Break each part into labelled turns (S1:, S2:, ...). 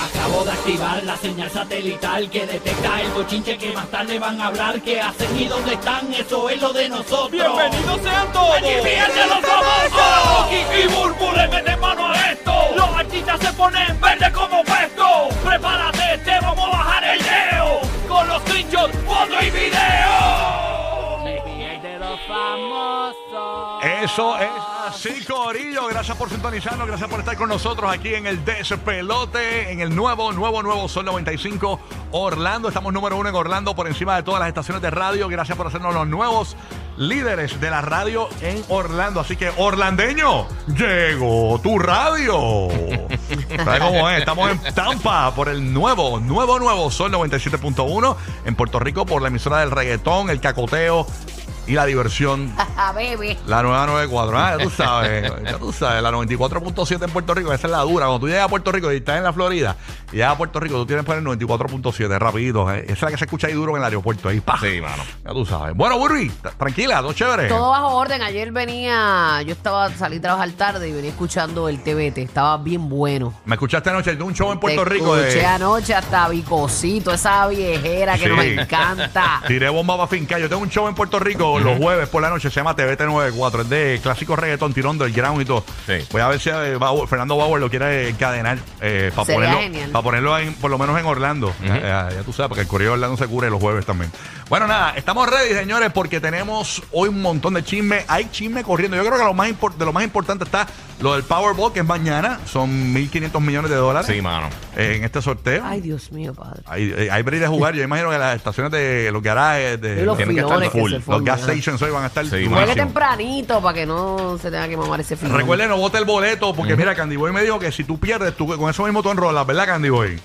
S1: Acabo de activar la señal satelital que detecta el bochinche que más tarde van a hablar. ¿Qué hacen y dónde están? Eso es lo de nosotros.
S2: ¡Bienvenidos sean todos!
S1: ¡Aquí vienen los famosos!
S2: Ahora Rocky y Burbu le meten mano a esto! ¡Los artistas se ponen verde como puesto! ¡Prepárate, te vamos a bajar el leo! ¡Con los trinchos, foto y video!
S3: Eso es así, Corillo. Gracias por sintonizarnos, gracias por estar con nosotros aquí en el Despelote, en el nuevo, nuevo, nuevo Sol 95 Orlando. Estamos número uno en Orlando por encima de todas las estaciones de radio. Gracias por hacernos los nuevos líderes de la radio en Orlando. Así que, orlandeño, llegó tu radio. ¿Sabes cómo es? Estamos en Tampa por el nuevo, nuevo, nuevo Sol 97.1. En Puerto Rico por la emisora del reggaetón, el cacoteo y la diversión
S4: A bebé.
S3: La nueva 94, ah, ya tú sabes, ya tú sabes, la 94.7 en Puerto Rico, esa es la dura. Cuando tú llegas a Puerto Rico y estás en la Florida, y llegas a Puerto Rico, tú tienes por el 94.7, rapidito. eh. Esa es la que se escucha ahí duro en el aeropuerto, ahí, pa. Sí, mano. Ya tú sabes. Bueno, Burby, t- tranquila, todo chévere.
S4: Todo bajo orden. Ayer venía, yo estaba, salí a trabajar tarde y venía escuchando el TBT. Estaba bien bueno.
S3: Me escuchaste anoche de un show en Puerto
S4: Te
S3: Rico
S4: Escuché
S3: de...
S4: anoche hasta Vicocito, esa viejera que
S3: Sí.
S4: nos encanta.
S3: Tiré bomba para finca. Yo tengo un show en Puerto Rico los jueves por la noche, se llama TVT94. Es de clásico reggaetón, tirón del ground y todo.
S2: Sí.
S3: Voy a ver si eh, Bauer- Fernando Bauer lo quiere encadenar eh, para
S4: Sería
S3: ponerlo,
S4: genial.
S3: pa' ponerlo en- por lo menos en Orlando. Eh, ya, tú sabes, porque el correo de Orlando se cubre los jueves también. Bueno, nada, estamos ready, señores, porque tenemos hoy un montón de chisme. Hay chisme corriendo. Yo creo que lo más impor- de lo más importante está lo del Powerball, que es mañana. Son 1.500 millones de dólares
S2: Sí, mano.
S3: eh, en este sorteo.
S4: Ay, Dios mío, padre.
S3: Hay, eh, hay- hay break de jugar. Yo imagino que las estaciones de los garajes, de
S4: Y los
S3: Eh, tienen que estar
S4: filones que
S3: full.
S4: se
S3: los
S4: forman,
S3: gas
S4: ajá.
S3: stations hoy van a estar
S2: Sí,
S3: durísimos.
S4: Juegue
S2: máximo.
S4: tempranito para que no se tenga que mamar ese filón.
S3: Recuerden, no vote el boleto, porque mira, Candy Boy me dijo que si tú pierdes, tú con eso mismo tú enrolas, ¿verdad, Candy Boy?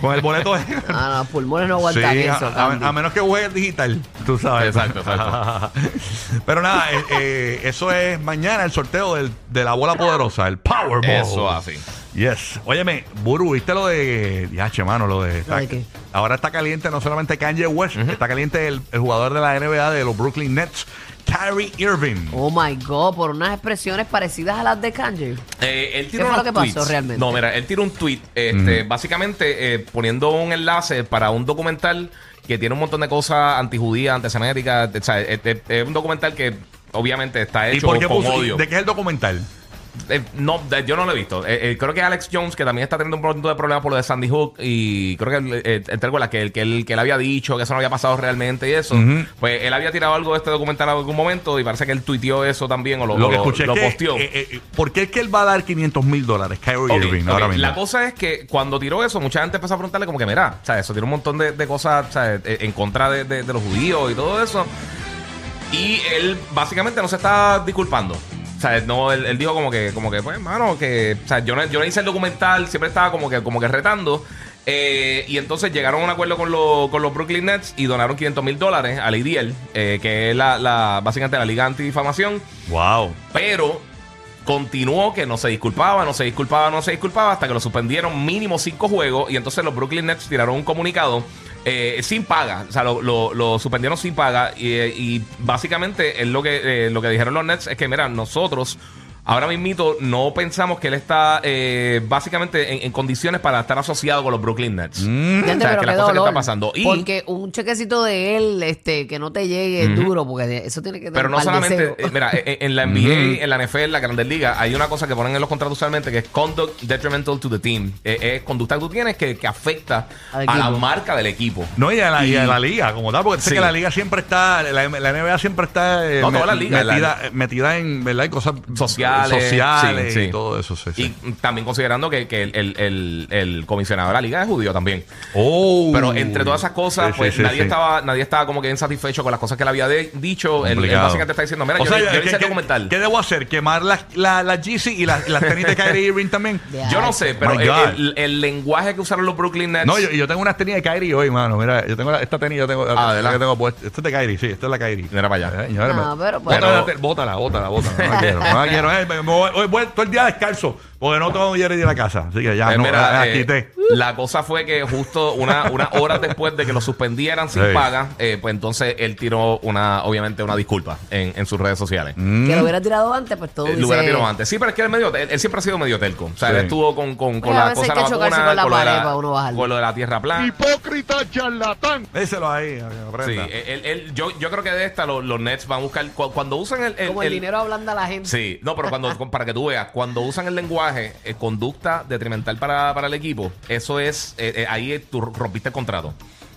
S3: con el boleto de...
S4: Ah, no, los pulmones no aguantan
S3: Sí, a-
S4: eso.
S3: a,
S4: Candy.
S3: a menos que juegues digital, tú sabes.
S2: Exacto, exacto.
S3: Pero nada, eh, eh, eso es mañana el sorteo del- de la bola poderosa, el Powerball.
S2: Eso así.
S3: Yes. Óyeme, Buru, ¿viste lo de. Ya, che, mano, lo de. está-
S4: de qué?
S3: Ahora está caliente no solamente Kanye West, está caliente el, el jugador de la NBA de los Brooklyn Nets, Kyrie Irving.
S4: Oh my God, por unas expresiones parecidas a las de Kanye.
S5: Eh, él tiró
S4: ¿Qué fue lo
S5: unos
S4: que pasó
S5: tweets.
S4: realmente?
S5: No, mira, él tiró un tweet, este, básicamente eh, poniendo un enlace para un documental que tiene un montón de cosas antijudías, antiseméticas. O sea, es, es- es un documental que obviamente está
S3: ¿Y
S5: hecho
S3: por qué
S5: con
S3: puso-
S5: odio.
S3: ¿De qué es el documental?
S5: Eh, no, de- yo no lo he visto. Eh, eh, creo que Alex Jones, que también está teniendo un montón de problemas por lo de Sandy Hook, y creo que eh, te recuerdas que, el- que, él, que él había dicho que eso no había pasado realmente y eso.
S3: Ujú.
S5: Pues él había tirado algo de este documental en algún momento y parece que él tuiteó eso también o lo,
S3: Lo, que
S5: lo-
S3: escuché
S5: lo
S3: es que.
S5: posteó.
S3: eh, eh, ¿Por qué es que él va a dar 500 mil dólares, Kyrie
S5: Ok,
S3: Irving,
S5: ok.
S3: ahora mismo?
S5: La cosa es que cuando tiró eso, mucha gente empezó a preguntarle como que, mira, o sea, eso tiene un montón de, de cosas o sea, eh, en contra de, de- de los judíos y todo eso. Y él básicamente no se está disculpando. O sea, no, él, él dijo como que, como que, pues, hermano, que, o sea, yo no, yo no hice el documental, siempre estaba como que, como que retando. Eh, y entonces llegaron a un acuerdo con, los- con los Brooklyn Nets y donaron 500 mil dólares al IDL, eh, que es la, la, básicamente la Liga Antidifamación.
S3: Wow.
S5: Pero continuó que no se disculpaba, no se disculpaba, no se disculpaba, hasta que lo suspendieron mínimo cinco juegos. Y entonces los Brooklyn Nets tiraron un comunicado eh, sin paga. O sea, lo, lo- lo suspendieron sin paga. Y, eh, y básicamente es lo que, eh, lo que dijeron los Nets es que, mira, nosotros. Ahora mismito no pensamos que él está eh, básicamente en, en condiciones para estar asociado con los Brooklyn Nets.
S4: Mm. Ya te-
S5: O
S4: pero
S5: sea, que las
S4: qué
S5: cosas que
S4: dolor.
S5: están pasando. Y,
S4: Porque un chequecito de él, este, que no te llegue es
S5: Ujú.
S4: duro, porque eso tiene que tener
S5: pero no
S4: un par de
S5: solamente,
S4: cero.
S5: eh, mira, eh, eh, en la NBA, en la NFL, en la Grandes Ligas, hay una cosa que ponen en los contratos usualmente que es conduct detrimental to the team. Eh, es conducta que tú tienes que, que afecta
S4: Al
S5: a la
S4: equipo.
S5: marca del equipo.
S3: No, y a la, y a la liga como tal, porque sé
S5: Sí.
S3: que la liga siempre está, la, la NBA siempre está eh,
S5: No, toda la
S3: met-
S5: liga, la-
S3: metida, eh, metida en ¿verdad? En cosas
S5: Sociales,
S3: sociales
S5: sí,
S3: y
S5: sí.
S3: todo eso. Sí, sí.
S5: Y también considerando que, que el, el- el- el comisionado de la liga es judío también.
S3: Oh.
S5: Pero entre todas esas cosas,
S3: Sí, sí,
S5: pues
S3: sí,
S5: nadie
S3: sí.
S5: estaba nadie estaba como que insatisfecho con las cosas que le había de- dicho. Él, él
S3: Complicado.
S5: básicamente está diciendo, mira,
S3: O
S5: yo,
S3: sea,
S5: yo
S3: ¿qué-
S5: hice el
S3: qué-
S5: documental.
S3: ¿Qué debo hacer? ¿Quemar las la, la GC y las las tenis de Kyrie Irving también?
S5: yo no sé, pero
S3: Oh My
S5: el,
S3: God.
S5: el- el lenguaje que usaron los Brooklyn Nets...
S3: No, yo, yo tengo unas tenis de Kyrie hoy, mano. Mira, yo tengo la- esta tenis, yo tengo la,
S5: Ah, ¿de la-
S3: que tengo puesta. Esta es de Kyrie, sí, esta es la Kyrie.
S5: Mira para allá.
S3: Eh, señora,
S4: No,
S3: me-
S4: pero-
S3: bótala,
S5: pero-
S3: te- bótala, bótala, bótala. No la quiero, no la quiero. Eh, me- me voy, hoy voy todo el día descalzo, porque no tengo dinero de ir a la casa. Así que ya,
S5: Eh,
S3: no,
S5: mira,
S3: la, la
S5: eh,
S3: quité.
S5: la cosa fue que justo una, una hora después de que lo suspendieran sin
S3: Sí.
S5: paga, eh, pues entonces él tiró una, obviamente, una disculpa en, en sus redes sociales.
S3: Mm.
S4: Que lo hubiera tirado antes, pues todo
S5: Eh,
S4: dice-
S5: lo hubiera tirado antes. Sí, pero es que él, medio, él, él siempre ha sido medio telco. O sea,
S3: Sí.
S5: él estuvo con, con, con
S4: Oye, a
S5: la
S4: veces
S5: cosa de
S4: hay
S5: la
S4: que chocarse
S5: vacuna,
S4: con la
S5: con lo de
S4: pared para uno bajar.
S5: la- con lo de la tierra plana.
S3: Déselo ahí, a que
S5: Sí, eh.
S3: aprenda.
S5: él- él- yo, yo creo que de esta los, los Nets van a buscar. cu- Cuando usan el. el-
S4: Como el,
S5: el-
S4: dinero ablanda a la gente.
S5: Sí, no, pero cuando, con- para que tú veas, cuando usan el lenguaje, eh, conducta detrimental para, para el equipo, eso es, eh, eh, ahí tú rompiste el contrato.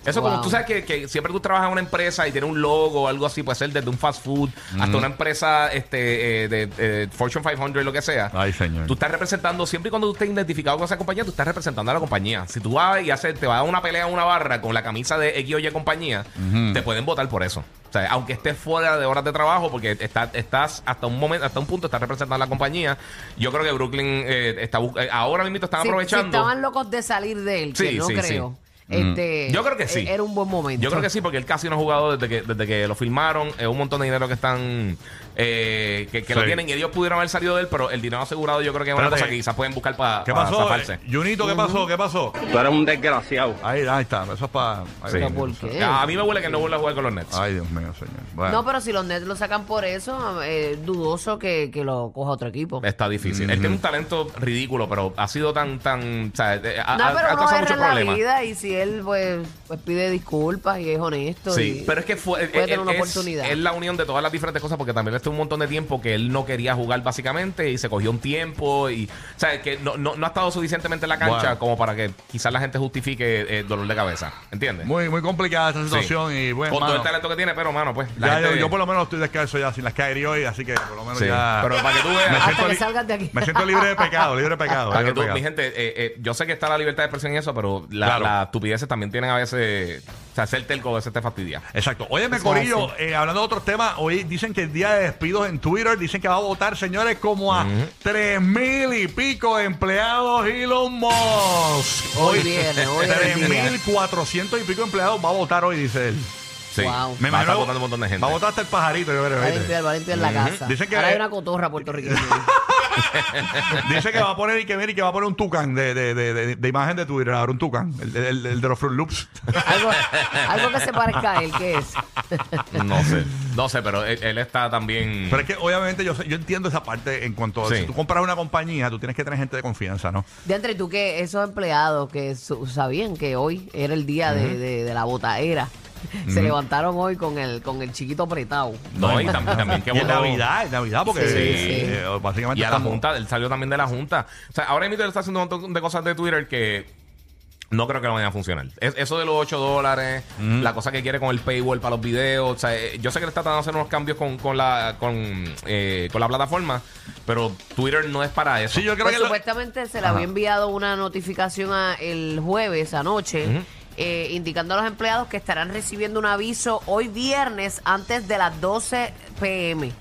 S5: Eso
S4: Wow.
S5: como tú sabes que, que siempre tú trabajas en una empresa y tiene un logo o algo así, puede ser desde un fast food hasta una empresa este, eh, de eh, Fortune 500 y lo que sea.
S3: Ay, señor.
S5: Tú estás representando, siempre y cuando tú estés identificado con esa compañía, tú estás representando a la compañía. Si tú vas y haces, te vas a una pelea a una barra con la camisa de X o Y compañía, te pueden votar por eso. O sea, aunque estés fuera de horas de trabajo, porque está- estás hasta un momento, hasta un punto, estás representando a la compañía. Yo creo que Brooklyn eh, está bu- eh, ahora mismo están
S4: Si-
S5: aprovechando.
S4: Si estaban locos de salir de él, que
S5: Sí,
S4: no
S5: sí, Mm.
S4: creo. Este,
S5: Yo creo que sí.
S4: e- Era un buen momento.
S5: Yo creo que sí, porque él casi no ha jugado desde que, desde que lo filmaron. Es un montón de dinero que están. eh, que que lo
S3: Sí.
S5: tienen. Y ellos pudieron haber salido de él, pero el dinero asegurado yo creo que es una
S3: Espérate.
S5: cosa que quizás pueden buscar para
S3: ¿Qué pasó? eh? Junito, ¿qué pasó? ¿Qué pasó?
S2: Tú eres un desgraciado.
S3: Ahí, ahí está, eso es para.
S5: Sí.
S4: ¿Por qué?
S5: A mí me huele que no vuelva a jugar con los Nets.
S3: Ay, Dios mío, señor. Bueno.
S4: No, pero si los Nets lo sacan por eso, eh, dudoso que, que lo coja otro equipo.
S5: Está difícil. Él tiene un talento ridículo, pero ha sido tan, tan. O sea, eh, ha,
S4: no,
S5: ha- ha
S4: pero uno
S5: causado
S4: erra
S5: muchos
S4: en la
S5: problemas.
S4: vida y si él pues, pues pide disculpas y es honesto.
S5: Sí,
S4: y-
S5: pero es que fue,
S4: puede
S5: eh,
S4: tener una
S5: es-
S4: oportunidad.
S5: es la unión de todas las diferentes cosas, porque también le estuvo un montón de tiempo que él no quería jugar básicamente y se cogió un tiempo y, o sea, que no, no, no ha estado suficientemente en la cancha
S3: Bueno.
S5: como para que quizás la gente justifique eh, el dolor de cabeza, ¿entiendes?
S3: Muy, muy complicada esta situación y bueno.
S5: Con todo el
S3: mano,
S5: talento que tiene, pero mano, pues la
S3: ya
S5: gente-
S3: yo, yo por lo menos estoy descalzo ya sin las Kyrie hoy, así que por lo menos
S5: Sí,
S3: ya.
S5: pero para que tú veas...
S3: me
S4: Hasta
S3: siento
S4: que
S3: li-
S4: salgas de aquí.
S3: Me siento libre de pecado, libre de pecado.
S5: Para
S3: libre
S5: que
S3: de pecado.
S5: tú- mi gente, eh, eh, yo sé que está la libertad de expresión y eso, pero la,
S3: Claro.
S5: las estupideces también tienen a veces. O sea, ser telco a veces te fastidia.
S3: Exacto. Óyeme,
S5: Pues
S4: Eso es
S3: Corillo, eh, hablando de otros temas, hoy dicen que el día de despidos en Twitter, dicen que va a votar, señores, como a tres mil y pico de empleados Elon Musk.
S4: Hoy viene, hoy es el
S3: Tres
S4: día.
S3: mil cuatrocientos y pico empleados va a votar hoy, dice él.
S5: Sí.
S4: Wow.
S5: Me va a estar votando un montón de gente.
S3: Va a votar hasta el pajarito, yo creo.
S4: Va a
S3: ¿viste?
S4: limpiar, va a limpiar la casa.
S3: Dicen que-
S4: Ahora hay una cotorra puertorriqueña.
S3: Dice que va a poner y que, mira, y que va a poner un tucán de, de, de, de- de imagen de Twitter. Ahora un tucán, el, el- el de los Fruit Loops.
S4: algo, algo que se parezca a él, ¿qué es?
S5: No sé. No sé, pero él, él está también.
S3: Pero es que obviamente yo, sé- yo entiendo esa parte en cuanto a
S5: Sí.
S3: si tú compras una compañía, tú tienes que tener gente de confianza, ¿no?
S4: De entre tú que esos empleados que su- sabían que hoy era el día de, de- de la botaera, se levantaron hoy con el, con el chiquito apretado.
S5: No, y también, también que
S3: Y en
S5: votó-
S3: Navidad, en Navidad, porque
S4: Sí, sí.
S3: eh, básicamente
S5: Y a la
S3: estamos-
S5: Junta, él salió también de la Junta. O sea, ahora mismo él está haciendo un montón de cosas de Twitter que no creo que no vayan a funcionar. Es- eso de los 8 dólares,
S3: Mm.
S5: la cosa que quiere con el paywall para los videos. O sea, eh, yo sé que le está tratando de hacer unos cambios con, con, la, con, eh, con la plataforma, pero Twitter no es para eso.
S3: Sí, yo creo
S4: Pues
S3: que lo-
S4: supuestamente se le había enviado una notificación a- el jueves anoche. eh, indicando a los empleados que estarán recibiendo un aviso hoy viernes antes de las 12 pm.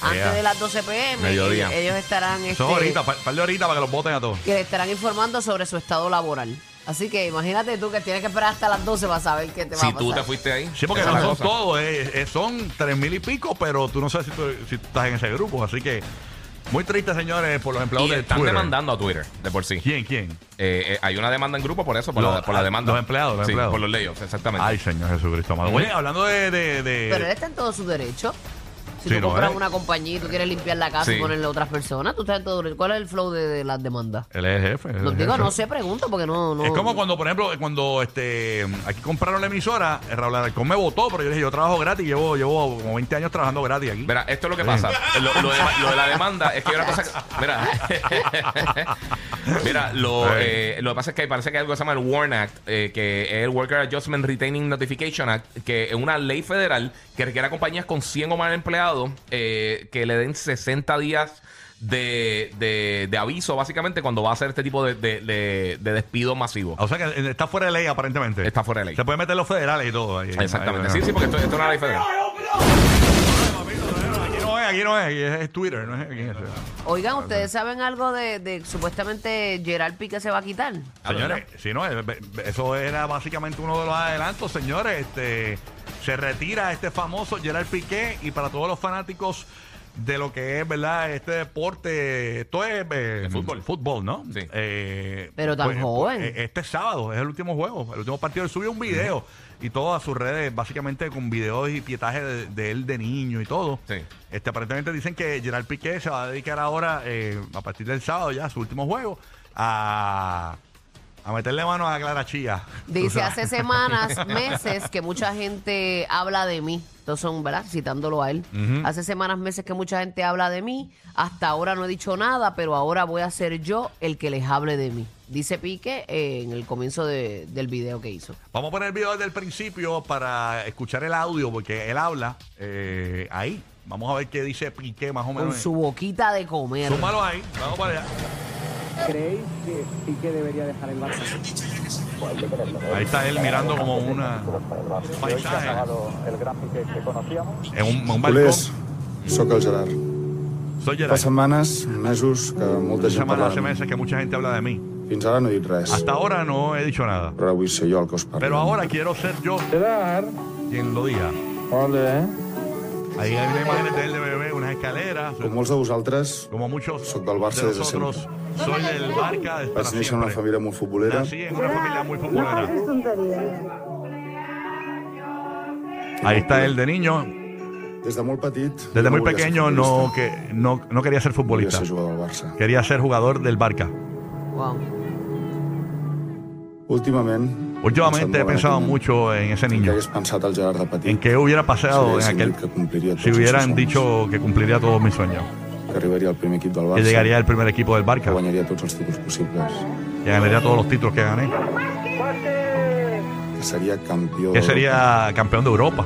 S4: Antes
S3: Yeah.
S4: de las 12 pm,
S5: Mediodía.
S4: ellos estarán
S3: Eso es
S4: este,
S3: ahorita, par, par de horitas para que los voten a todos.
S4: que le estarán informando sobre su estado laboral. Así que imagínate tú que tienes que esperar hasta las 12 para saber qué te va
S5: si
S4: a pasar.
S5: tú te fuiste ahí.
S3: Sí, porque
S5: esa
S3: no
S5: es la
S3: son
S5: cosa.
S3: todos, eh, eh, son tres mil y pico, pero tú no sabes si tú, si tú estás en ese grupo. Así que muy triste, señores, por los empleados
S5: Y
S3: de
S5: están
S3: Twitter.
S5: demandando a Twitter, de por sí.
S3: ¿Quién, quién?
S5: Eh, eh, hay una demanda en grupo por eso, por,
S3: Los-
S5: la, por la demanda.
S3: los empleados, los
S5: Sí,
S3: empleados.
S5: por los layoffs, exactamente.
S3: Ay, Señor Jesucristo amado. Oye, hablando de. de, de-
S4: Pero él está en todo su derecho. Si
S3: Sí,
S4: tú
S3: no,
S4: compras
S3: eh.
S4: una compañía y tú quieres limpiar la casa
S5: Sí.
S4: y ponerle a otras personas, tú estás todo- ¿cuál es el flow de, de las demandas?
S3: Él es jefe. él
S4: No
S3: es
S4: digo,
S3: jefe.
S4: no se pregunta porque no, no.
S3: Es como cuando, por ejemplo, cuando este aquí compraron la emisora, Raúl Alarcón me votó, pero yo le dije, yo trabajo gratis, llevo, llevo como 20 años trabajando gratis aquí.
S5: Verá, esto es lo que pasa. Lo, lo de, lo de la demanda es que hay una cosa. que- Mira, mira lo,
S3: Sí.
S5: eh, lo que pasa es que parece que hay algo que se llama el WARN Act, eh, que es el Worker Adjustment Retaining Notification Act, que es una ley federal que requiere a compañías con 100 o más empleados eh, que le den 60 días. De, de, de aviso, básicamente, cuando va a hacer este tipo de, de, de- de despido masivo.
S3: O sea que eh, está fuera de ley aparentemente.
S5: Está fuera de ley.
S3: Se pueden meter los federales y todo. ahí.
S5: Exactamente.
S3: Ahí,
S5: Sí, sí, porque esto, esto es una ley federal.
S3: Aquí no es, aquí no es, aquí es, es Twitter, no es aquí. es-
S4: Oigan, ¿ustedes saben algo de, de supuestamente Gerard Piqué se va a quitar?
S3: Señores, si no, eh, eso era básicamente uno de los adelantos, señores. Este, se retira este famoso Gerard Piqué y para todos los fanáticos de lo que es, ¿verdad? Este deporte, esto es eh,
S5: El fútbol.
S3: fútbol, ¿no?
S5: Sí.
S3: Eh,
S4: Pero tan joven.
S3: eh, Este sábado es el último juego, el último partido. Él subió un video y todas sus redes, básicamente con videos y pietajes de, de él de niño y todo.
S5: Sí.
S3: Este, aparentemente dicen que Gerard Piqué se va a dedicar ahora, eh, a partir del sábado ya, su último juego, a, a meterle mano a Clara Chía. Tú
S4: Dice
S3: sabes.
S4: hace semanas, meses, que mucha gente habla de mí. Estos son, ¿verdad? Citándolo a él. Hace semanas, meses que mucha gente habla de mí. Hasta ahora no he dicho nada, pero ahora voy a ser yo el que les hable de mí. Dice Pique eh, en el comienzo de- del video que hizo.
S3: Vamos a poner el video desde el principio para escuchar el audio, porque él habla eh, ahí. Vamos a ver qué dice Piqué más o
S4: Con
S3: menos.
S4: su boquita de comer.
S3: Súmalo ahí, vamos para allá.
S6: ¿Creéis que Piqué debería dejar el Barça?
S3: Ahí está él mirando como una paisaje
S2: el gráfico que conocíamos.
S3: en un, un balcón.
S7: Culers, sóc el Gerard.
S3: Soy
S7: Fa
S3: Gerard.
S7: setmanes, mesos, que molta gent
S3: Semana, hace
S7: parla.
S3: meses que mucha gente habla de mí.
S7: Fins ara no he dit res,
S3: Hasta ahora no he dicho nada.
S7: però ara vull ser jo el que us parli.
S3: Pero ahora quiero ser yo
S6: Gerard,
S3: quien lo diga.
S6: hola, ¿eh?
S3: Ahí hay una imagen de él de bebé, unas escaleras.
S7: Com molts de vosaltres,
S3: Como muchos
S7: Soy del Barça
S3: de
S7: desde
S3: nosotros, soy del Barca desde para
S7: vaig néixer en una
S3: siempre.
S7: família molt futbolera.
S3: Nací en una familia muy futbolera. Ahí está él de niño.
S7: Des de molt petit...
S3: Desde
S7: jo
S3: muy
S7: volia ser
S3: pequeño no,
S7: futbolista,
S3: que, no, no quería ser
S7: Volia
S3: futbolista.
S7: ser jugador del Barça.
S3: Quería ser jugador del Barca.
S4: Wow.
S7: Últimament...
S3: Últimamente he pensado mucho en ese
S7: Que
S3: niño.
S7: hagués pensat el Gerard de
S3: En
S7: petit,
S3: qué hubiera pasado en
S7: Si hubiesen
S3: aquel.
S7: dicho que cumpliría
S3: Si
S7: todos
S3: hubieran
S7: sus sueños.
S3: dicho que cumpliría todos mis sueños.
S7: que arribaria al primer equip del
S3: Que
S7: Barça,
S3: llegaría al primer equipo del
S7: que
S3: Barca.
S7: guanyaria tots els títols possibles,
S3: Que ganaría todos los títulos que gané.
S7: que seria campió
S3: Que sería campeón de Europa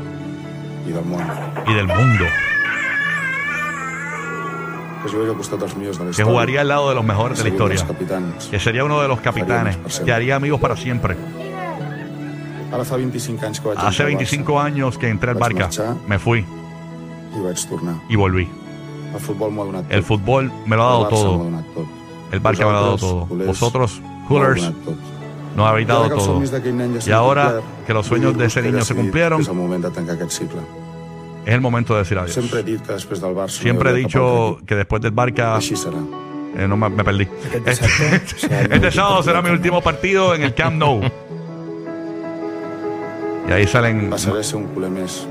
S7: i del món,
S3: y del mundo.
S7: que jugaria al costat dels millors de
S3: Que
S7: la història,
S3: jugaría al lado de los mejores de la
S7: seria un dels
S3: historia.
S7: capitans.
S3: Que sería uno de los capitanes. Que haría amigos para siempre.
S7: Ara fa 25 anys que vaig
S3: Hace
S7: entrar al Barça
S3: 25 años que entré al Barca. Me fui
S7: i vaig tornar.
S3: y volví.
S7: El futbol m'ho ha donat
S3: El fútbol me lo ha dado
S7: El Barça
S3: todo.
S7: m'ho ha donat tot.
S3: El Barca me lo ha dado todo. Vosotros, coolers,
S7: M'ho ha donat tot.
S3: nos habéis dado
S7: Ara que els
S3: todo.
S7: somnis d'aquell nen ja
S3: Y
S7: s'han
S3: ahora
S7: complert,
S3: que los sueños
S7: vull
S3: de
S7: dir-vos
S3: ese
S7: que he
S3: niño se
S7: decidit
S3: cumplieron,
S7: que És el moment de tancar aquest cicle.
S3: es el momento de decir adiós.
S7: Sempre he dit que després del Barça...
S3: Siempre he
S7: no hi hauria cap altre
S3: dicho
S7: equip.
S3: que después del Barca
S7: Així serà.
S3: eh, no me, me perdí.
S7: Este
S3: Este,
S7: sábado
S3: este
S7: será el
S3: sábado será
S7: último
S3: mi
S7: partido.
S3: último partido en el Camp Nou. Y ahí salen
S7: Passaré a ser un culer més.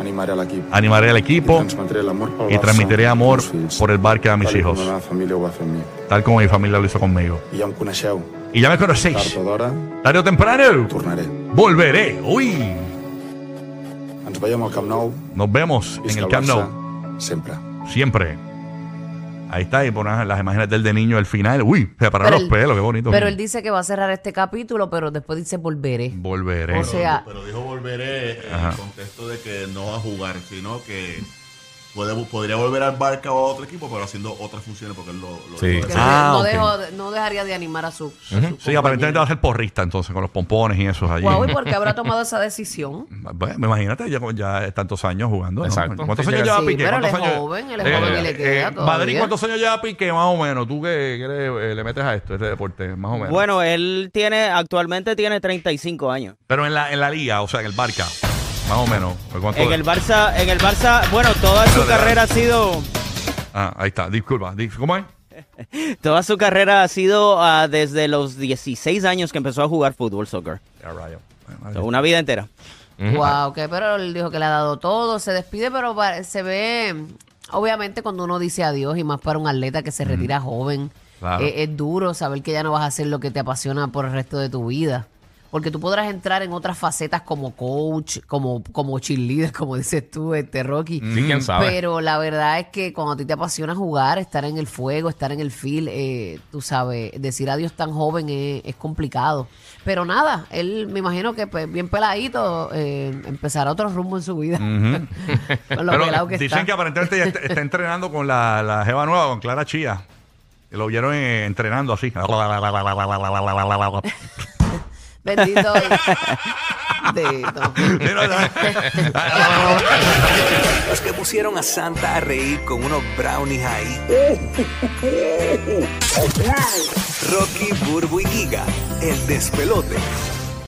S7: Animaré a l'equip.
S3: animaré al equipo
S7: transmetré l'amor pel
S3: y
S7: Barça
S3: transmitiré
S7: als
S3: amor
S7: meus fills,
S3: por el Barca a mis
S7: tal i com
S3: hijos,
S7: La meva família ho va fer amb mi.
S3: tal como mi familia lo hizo conmigo.
S7: I ja em coneixeu.
S3: Y ya me
S7: Tard
S3: conocéis.
S7: o d'hora
S3: Tarde o temprano
S7: tornaré.
S3: volveré. Uy,
S7: Ens veiem al Camp Nou.
S3: nos vemos en
S7: Visca
S3: el Camp Nou.
S7: Barça, Sempre.
S3: Siempre. Ahí está, y ponen las imágenes del de niño al final. Uy, se pararon
S4: Pero
S3: los
S4: él-
S3: pelos, qué bonito.
S4: Pero él dice que va a cerrar este capítulo, pero después dice volveré.
S3: Volveré.
S4: O sea,
S8: Pero dijo volveré en
S3: Ajá.
S8: el contexto de que no va a jugar, sino que puede- podría volver al Barca o a otro equipo, pero haciendo otras funciones, porque él lo, lo
S5: Sí.
S8: dijo
S4: que
S8: de-
S3: Ah,
S4: no,
S3: ok.
S4: dejó- no dejaría de animar a su. a su
S3: sí,
S4: compañero.
S3: aparentemente va a ser porrista entonces, con los pompones y esos allí.
S4: Guau, ¿y por qué habrá tomado esa decisión?
S3: Bueno, pues, imagínate, ya, ya tantos años jugando. ¿no?
S5: Exacto.
S3: ¿Cuántos
S5: Sí,
S3: años
S5: llega-
S3: lleva
S4: Sí,
S3: Piqué?
S4: pero él
S3: ¿Cuántos
S4: es
S3: años- Eh,
S4: joven, él es joven y le queda todavía.
S3: Madrid, ¿cuántos años lleva Piqué más o menos? ¿Tú qué, qué le, le metes a esto, este deporte, más o menos?
S9: Bueno, él tiene, actualmente tiene 35 años.
S3: Pero en la, en la liga, o sea, en el Barca, más o menos. ¿cuánto
S9: En
S3: es?
S9: el Barça, en el Barça, bueno, toda su
S3: Espérate,
S9: carrera ha sido,
S3: Ah, ahí está, disculpa. dis- ¿Cómo es?
S9: toda su carrera ha sido ah, desde los 16 años que empezó a jugar fútbol, soccer.
S3: Ya, Ryan. Bueno,
S9: Una vida entera.
S4: Wow, que pero él dijo que le ha dado todo, se despide, pero pa- se ve, obviamente cuando uno dice adiós y más para un atleta que se retira joven,
S5: Claro.
S4: eh, es, duro saber que ya no vas a hacer lo que te apasiona por el resto de tu vida. Porque tú podrás entrar en otras facetas como coach, como, como cheerleader, como dices tú, este Rocky.
S5: Sí, quién sabe.
S4: Pero la verdad es que cuando a ti te apasiona jugar, estar en el fuego, estar en el field, eh, tú sabes, decir adiós tan joven es, es complicado. Pero nada, él me imagino que pues, bien peladito eh, empezará otro rumbo en su vida. Con lo
S3: Pero
S4: pelado que
S3: dicen
S4: está.
S3: que aparentemente ya está, está entrenando con la, la jeva nueva, con Clara Chía. Lo vieron eh, entrenando así.
S4: Bendito. Bendito.
S10: Los que pusieron a Santa a reír con unos brownies ahí. Rocky, Burbu y Giga, el despelote.